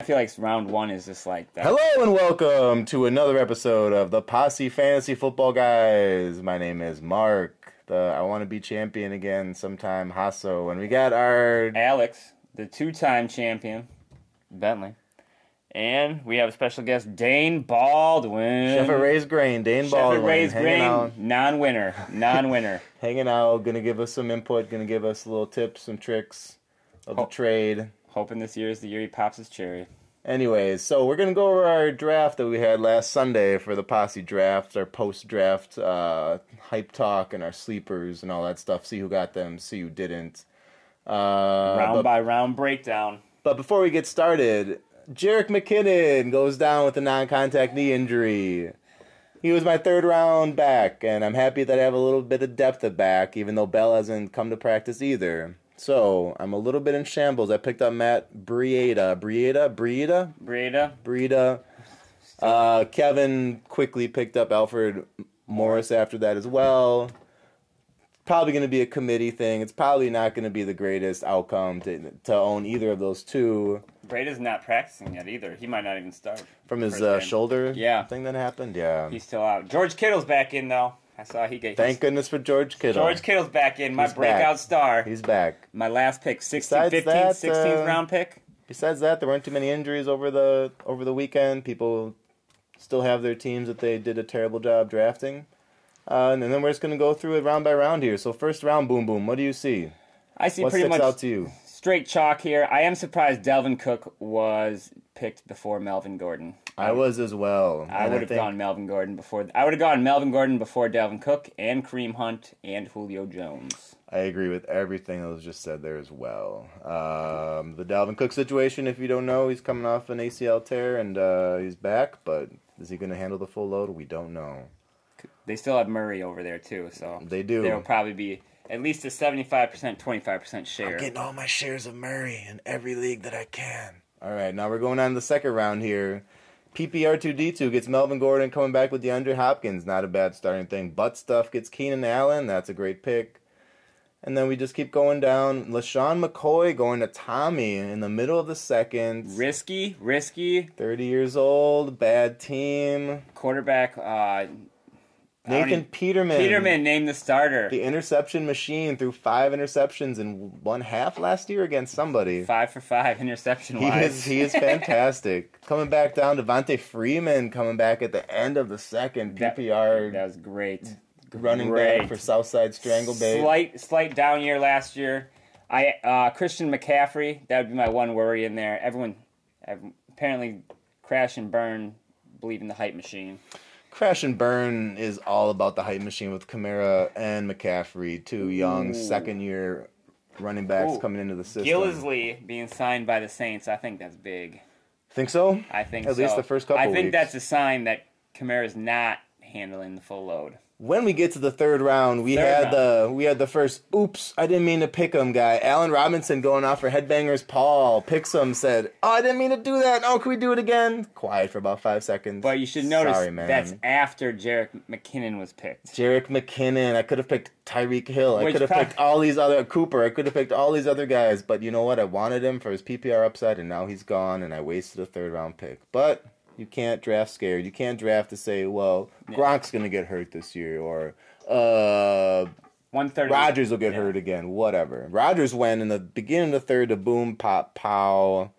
I feel like round one is just like that. Hello and welcome to another episode of the Posse Fantasy Football Guys. My name is Mark, the I want to be champion again sometime Hasso, and we got our Alex, the two-time champion, Bentley, and we have a special guest, Dane Baldwin. Chef at Raised Grain, Dane Baldwin, Raised hanging out, Grain, non-winner, non-winner. hanging out, gonna give us some input, gonna give us little tips, some tricks of the Oh. trade. Hoping this year is the year he pops his cherry. Anyways, so we're gonna go over our draft that we had last Sunday for the posse draft, our post-draft uh, hype talk, and our sleepers and all that stuff. See who got them, see who didn't. Uh, round but, by round breakdown. but before we get started, Jarek McKinnon goes down with a non-contact knee injury. He was my third round back, and I'm happy that I have a little bit of depth at back, even though Bell hasn't come to practice either. So I'm a little bit in shambles. I picked up Matt Brieda, Brieda, Brieda, Breda, Breida. Uh, Kevin quickly picked up Alfred Morris after that as well. Probably going to be a committee thing. It's probably not going to be the greatest outcome to, to own either of those two Breda's not practicing yet either. He might not even start. from his First uh, game. shoulder Yeah. thing that happened. Yeah. He's still out. George Kittle's back in though. I saw he got. Thank goodness for George Kittle. George Kittle's back in. My He's back. breakout star. He's back. My last pick, 16, Besides 15th, that, 16th uh, round pick. Besides that, there weren't too many injuries over the over the weekend. People still have their teams that they did a terrible job drafting. Uh, and then we're just going to go through it round by round here. So first round, boom, boom. What do you see? I see What pretty sticks much out to you? straight chalk here. I am surprised Delvin Cook was picked before Melvin Gordon. I was as well. I And would have think- gone Melvin Gordon before. I would have gone Melvin Gordon before Delvin Cook and Kareem Hunt and Julio Jones. I agree with everything that was just said there as well. Um, the Dalvin Cook situation, if you don't know, he's coming off an ACL tear and uh, he's back, but is he going to handle the full load? We don't know. They still have Murray over there too, so They do. There will probably be at least a seventy-five percent, twenty-five percent share. all my shares of Murray in every league that I can. All right, now we're going on to the second round here. PPR2D2 gets Melvin Gordon coming back with DeAndre Hopkins. Not a bad starting thing. Butt stuff gets Keenan Allen. That's a great pick. And then we just keep going down. LaShawn McCoy going to Tommy in the middle of the second. Risky, risky 30 years old, bad team. quarterback. Uh, don't Nathan e- Peterman. Peterman named the starter. The interception machine threw five interceptions in one half last year against somebody. Five for five interception He wise. is he is fantastic. coming back down, Devontae Freeman coming back at the end of the second That- PPR That was great. running great. back for Southside Stranglebait. Slight, slight down year last year. I uh, Christian McCaffrey. That would be my one worry in there. Everyone, ev- apparently, crash and burn. Believe in the hype machine. Crash and burn is all about the hype machine with Kamara and McCaffrey, two young second year running backs Ooh. coming into the system. Gillisley being signed by the Saints. I think that's big. Think so? I think At least so. the first couple I think weeks. that's a sign that Kamara's not handling the full load. When we get to the third round, we Third had round. the we had the first oops, I didn't mean to pick him guy. Allen Robinson going off for headbangers Paul. Picks him said, Oh, I didn't mean to do that. Oh, can we do it again? Quiet for about five seconds. But you should notice Sorry, man. that's after Jarek McKinnon was picked. Jarek McKinnon. I could have picked Tyreek Hill. I Which could have pro- picked all these other Cooper. I could have picked all these other guys. But you know what? I wanted him for his PPR upside, and now he's gone, and I wasted a third round pick. But you can't draft scared. You can't draft to say, well, Gronk's gonna get hurt this year, or uh. One third. Rodgers will get hurt again. Whatever. Rodgers went in the beginning of the third to boom, pop, pow.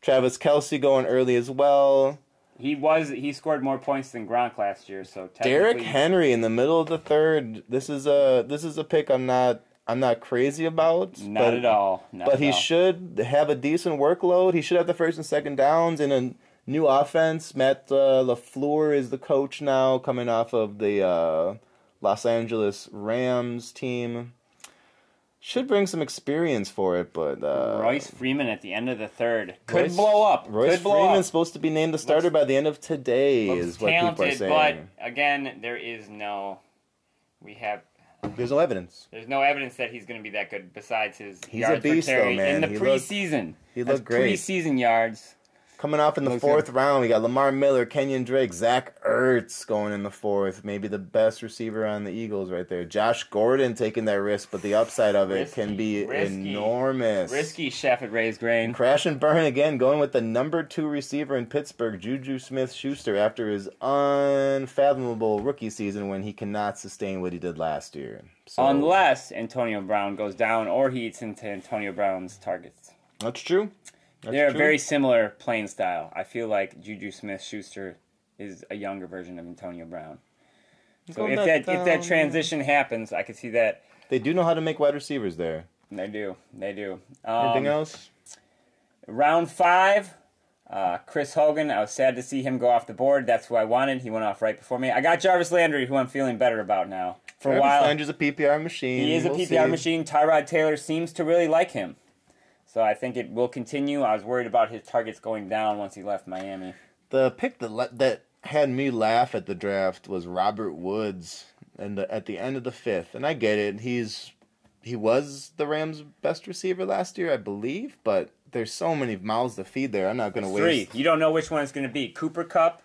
Travis Kelsey going early as well. He was. He scored more points than Gronk last year. So Derrick technically- Henry in the middle of the third. This is a this is a pick I'm not I'm not crazy about. Not but- at all. Not But at he all. should have a decent workload. He should have the first and second downs in a new offense. Matt uh, LaFleur is the coach now, coming off of the uh, Los Angeles Rams team. Should bring some experience for it, but. Uh, Royce Freeman at the end of the third could Royce- blow up. Royce could blow Freeman's up. supposed to be named the starter by the end of today, Looks is what people are talented, saying. but again, there is no. We have. There's no evidence. There's no evidence that he's going to be that good besides his He's a yards beast, per though, carry man. in the He looked- preseason. he That's looked great. Preseason yards. Coming off in the Looks fourth round, we got Lamar Miller, Kenyon Drake, Zach Ertz going in the fourth. Maybe the best receiver on the Eagles right there. Josh Gordon taking that risk, but the upside of it can be Risky, risky, enormous. Risky chef at Ray's Grain. Crash and burn again, going with the number two receiver in Pittsburgh, Juju Smith Schuster, after his unfathomable rookie season when he cannot sustain what he did last year. So, Unless Antonio Brown goes down or he eats into Antonio Brown's targets. that's true. That's They're true. very similar playing style. I feel like Juju Smith Schuster is a younger version of Antonio Brown. So Going if back that if that down, transition happens, I could see that. They do know how to make wide receivers there. They do. They do. Anything Um, else? Round five, uh, Chris Hogan. I was sad to see him go off the board. That's who I wanted. He went off right before me. I got Jarvis Landry, who I'm feeling better about now. For a while, Landry's a PPR machine. He is a We'll PPR see. machine. Tyrod Taylor seems to really like him. So I think it will continue. I was worried about his targets going down once he left Miami. The pick that le- that had me laugh at the draft was Robert Woods, and the, at the end of the fifth, and I get it. He's he was the Rams' best receiver last year, I believe, but there's so many mouths to feed there. I'm not going to Three. waste. You don't know which one it's going to be Cooper Cup,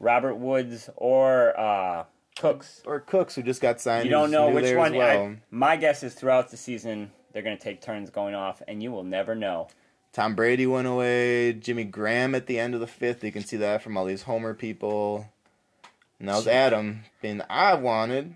Robert Woods, or uh, Cooks. Or Cooks, who just got signed. You don't is know new which there one. As well. I, my guess is throughout the season, they're going to take turns going off, and you will never know. Tom Brady went away. Jimmy Graham at the end of the fifth. You can see that from all these Homer people. And that was Adam. And I wanted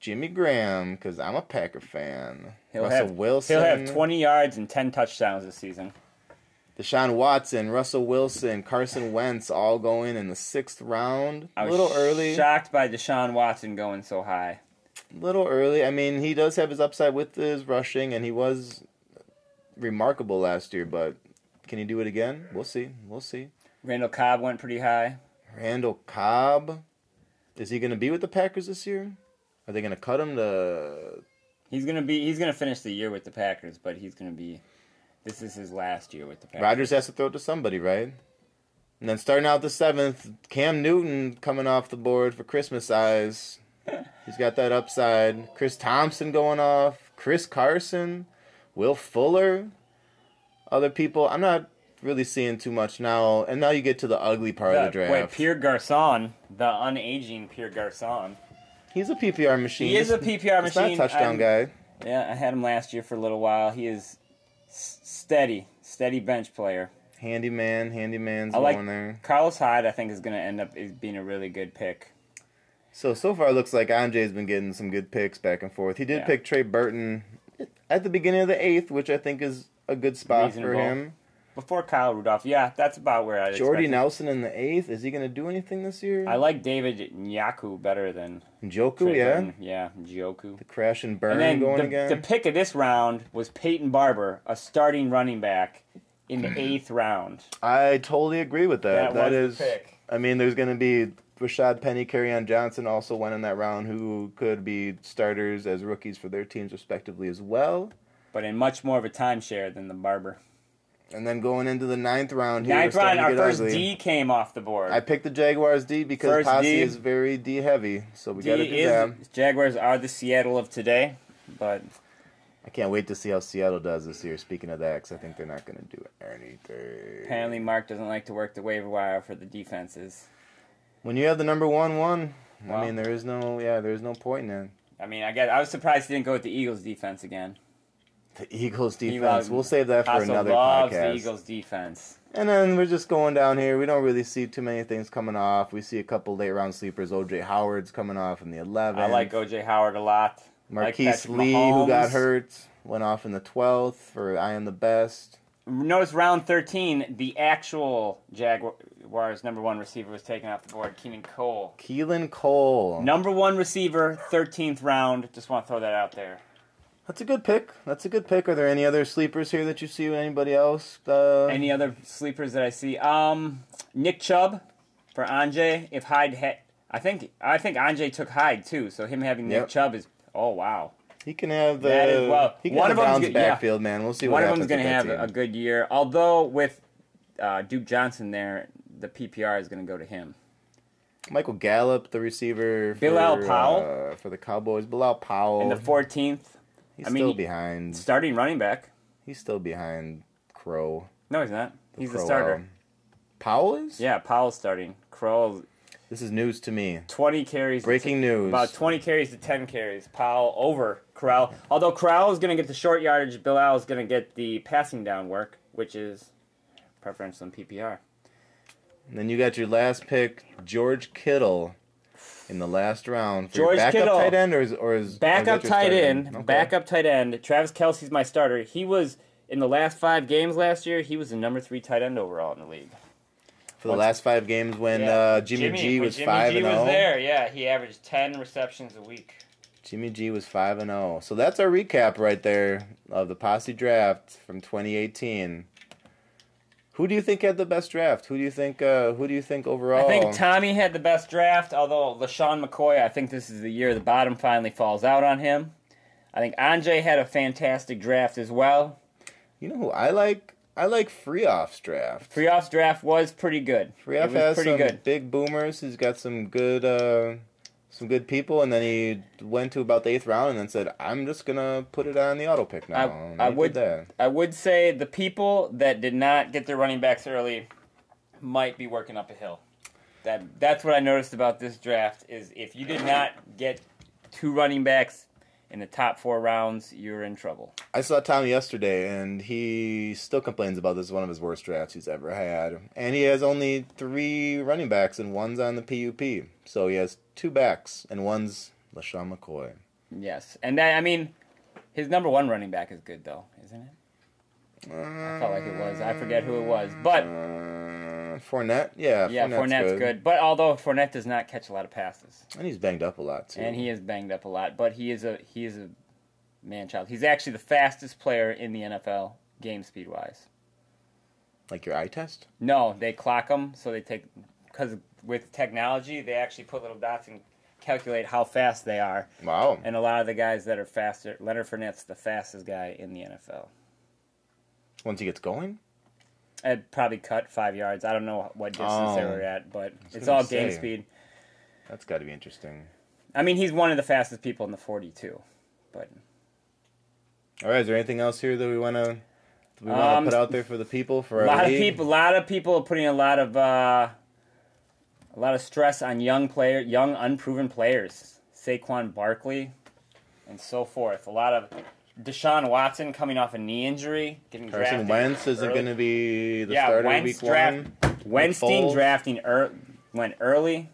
Jimmy Graham because I'm a Packer fan. He'll Russell have, Wilson. he'll have 20 yards and 10 touchdowns this season. Deshaun Watson, Russell Wilson, Carson Wentz all going in the sixth round. I A was little early. shocked by Deshaun Watson going so high. little early. I mean, he does have his upside with his rushing, and he was remarkable last year, but can he do it again? We'll see. We'll see. Randall Cobb went pretty high. Randall Cobb. Is he going to be with the Packers this year? Are they going to cut him to. He's gonna be. He's gonna finish the year with the Packers, but he's gonna be. This is his last year with the Packers. Rodgers has to throw it to somebody, right? And then starting out the seventh, Cam Newton coming off the board for Christmas eyes. He's got that upside. Chris Thompson going off. Chris Carson. Will Fuller. Other people. I'm not really seeing too much now. And now you get to the ugly part of the The- draft. wait, Pierre Garcon, the unaging Pierre Garcon. He's a PPR machine. He is a He's- PPR he's not machine. a touchdown I'm- guy. Yeah, I had him last year for a little while. He is s- steady, steady bench player. Handyman, handyman's I like going there. Carlos Hyde. I think is gonna end up is being a really good pick. So so far, it looks like Anjay's been getting some good picks back and forth. He did Yeah. pick Trey Burton at the beginning of the eighth, which I think is a good spot for Reasonable. him. Before Kyle Rudolph, yeah, that's about where I. Jordy Nelson in the eighth. Is he going to do anything this year? I like David Nyaku better than Njoku, Trey yeah. Burton. yeah, Joku. The crash and burn And then going the, again. the pick of this round was Peyton Barber, a starting running back in the eighth round. I totally agree with that. That that was is. the pick. I mean, there's going to be Rashad Penny, on Johnson also went in that round, who could be starters as rookies for their teams respectively as well. But in much more of a timeshare than the Barber. And then going into the ninth round here, Ninth we're starting round, to our get first ugly. D came off the board. I picked the Jaguars D because First Posse D. is very D heavy, so we D got to do is that. Jaguars are the Seattle of today, but I can't wait to see how Seattle does this year. Speaking of that, 'cause I think they're not going to do anything. apparently Mark doesn't like to work the waiver wire for the defenses. When you have the number one one, Wow. I mean, there is no yeah, there is no point in it. I mean, I guess I was surprised he didn't go with the Eagles defense again. The Eagles defense. loves- we'll save that for Hassel another loves podcast. the Eagles defense. And then we're just going down here. We don't really see too many things coming off. We see a couple late round sleepers. OJ Howard's coming off in the 11th. I like OJ Howard a lot. Like Marquise Patrick Lee, who got Mahomes. hurt, went off in the 12th for I Am the Best. Notice round 13, the actual Jaguars number one receiver was taken off the board, Keenan Cole. Keelan Cole. Number one receiver, 13th round. Just want to throw that out there. That's a good pick. That's a good pick. Are there any other sleepers here that you see? Anybody else? Uh, Any other sleepers that I see? Um, Nick Chubb for Anjay. If Hyde had, I think I think Anjay took Hyde too. So him having Nick Yep. Chubb is oh wow. he can have the. That is- well, he can one of have the them's Browns good- yeah. backfield, man. We'll see One what of them's happens going to have with that a team. good year. Although with uh, Duke Johnson there, the PPR is going to go to him. Michael Gallup, the receiver. Bilal for, Powell? uh, for the Cowboys. Bilal Powell. And the 14th he's I mean, still he- behind. starting running back. He's still behind Crow. No, he's not. He's the Crowell. starter. Powell is? Yeah, Powell's starting. Crowell, This is news to me. 20 carries. Breaking news. About 20 carries to 10 carries. Powell over Corral. Although Corral is going to get the short yardage, Bilal is going to get the passing down work, which is preferential in PPR. And then you got your last pick, George Kittle, in the last round. For your George backup Kittle. tight end or is or is or Backup is that your tight starter? end. Okay. Backup tight end. Travis Kelsey's my starter. He was, in the last five games last year, he was the number three tight end overall in the league. for the last five games when Yeah. uh, Jimmy, G when was five and oh. zero. Yeah, he averaged ten receptions a week. Jimmy G was five and zero. So that's our recap right there of the posse draft from 2018. Who do you think had the best draft? Who do you think? Uh, who do you think overall? I think Tommy had the best draft, although LaShawn McCoy, I think this is the year the bottom finally falls out on him. I think Anjay had a fantastic draft as well. you know who I like. I like Freeoff's draft. Freeoff's draft was pretty good. it Freeoff was has pretty some good. big boomers. He's got some good, uh, some good people, and then he went to about the eighth round and then said, "I'm just gonna put it on the auto pick now." and I he did would- that. I would say the people that did not get their running backs early might be working up a hill. That that's what I noticed about this draft is if you did not get two running backs in the top four rounds, you're in trouble. I saw Tom yesterday, and he still complains about this is one of his worst drafts he's ever had. And he has only three running backs, and one's on the PUP. So he has two backs, and one's LaShawn McCoy. Yes, and that, I mean, his number one running back is good though, isn't it? I felt like it was. I forget who it was, but Uh, Fournette, yeah, yeah, Fournette's, Fournette's good. good. But although Fournette does not catch a lot of passes, and he's banged up a lot too. and he is banged up a lot, but he is a he is a man child. He's actually the fastest player in the NFL game speed wise. like your eye test. No, they clock them, so they take because with technology they actually put little dots and calculate how fast they are. Wow, And a lot of the guys that are faster, Leonard Fournette's the fastest guy in the NFL. once he gets going. I'd probably cut five yards. I don't know what distance they Oh. were at, but it's gonna all game say. speed. That's got to be interesting. I mean, he's one of the fastest people in the 42. But All right, is there anything else here that we want to we want to Um, put out there for the people for a our lot of league? people, a lot of people are putting a lot of uh, a lot of stress on young player, young unproven players, Saquon Barkley, and so forth. A lot of Deshaun Watson coming off a knee injury, getting Carson drafted Wentz isn't early. going to be the Yeah, starter Wentz week draft- one. Weinstein Foles. drafting ear went early.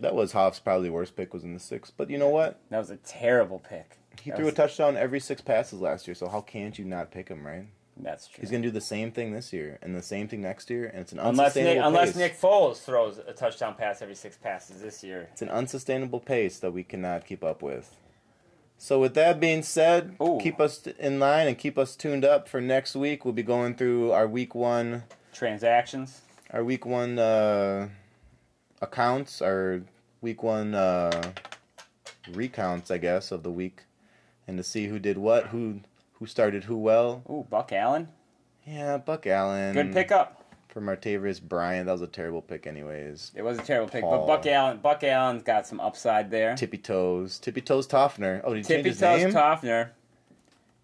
That was Hoff's probably worst pick was in the sixth. But you know what? That was a terrible pick. He That threw a was- touchdown every six passes last year, so how can't you not pick him, right? That's true. He's gonna do the same thing this year and the same thing next year, and it's an Unless unsustainable Nick, unless pace. Nick Foles throws a touchdown pass every six passes this year. It's an unsustainable pace that we cannot keep up with. So with that being said, Ooh. keep us in line and keep us tuned up for next week. We'll be going through our week one Transactions. our week one uh, accounts, our week one uh, recounts, I guess, of the week, and to see who did what, who who started who well. Ooh, Buck Allen. Yeah, Buck Allen. Good pickup. for Martavis Bryant. That was a terrible pick, anyways. It was a terrible pick, Paul. but Buck Allen. Buck Allen's got some upside there. Tippy toes, tippy toes Toffner. Oh, did he change Tippy his toes name? Toffner.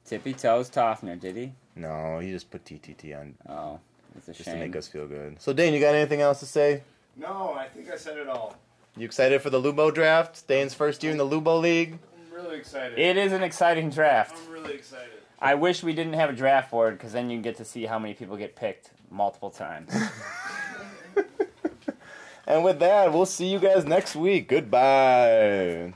Tippy toes Toffner. Did he? no, he just put TTT on Oh, it's a just to shame. make us feel good. So, Dane, you got anything else to say? No, I think I said it all. You excited for the Lubo draft? Dane's first year in the Lubo league. I'm really excited. It is an exciting draft. I'm really excited. I wish we didn't have a draft board because then you get to see how many people get picked multiple times. And with that, we'll see you guys next week. Goodbye.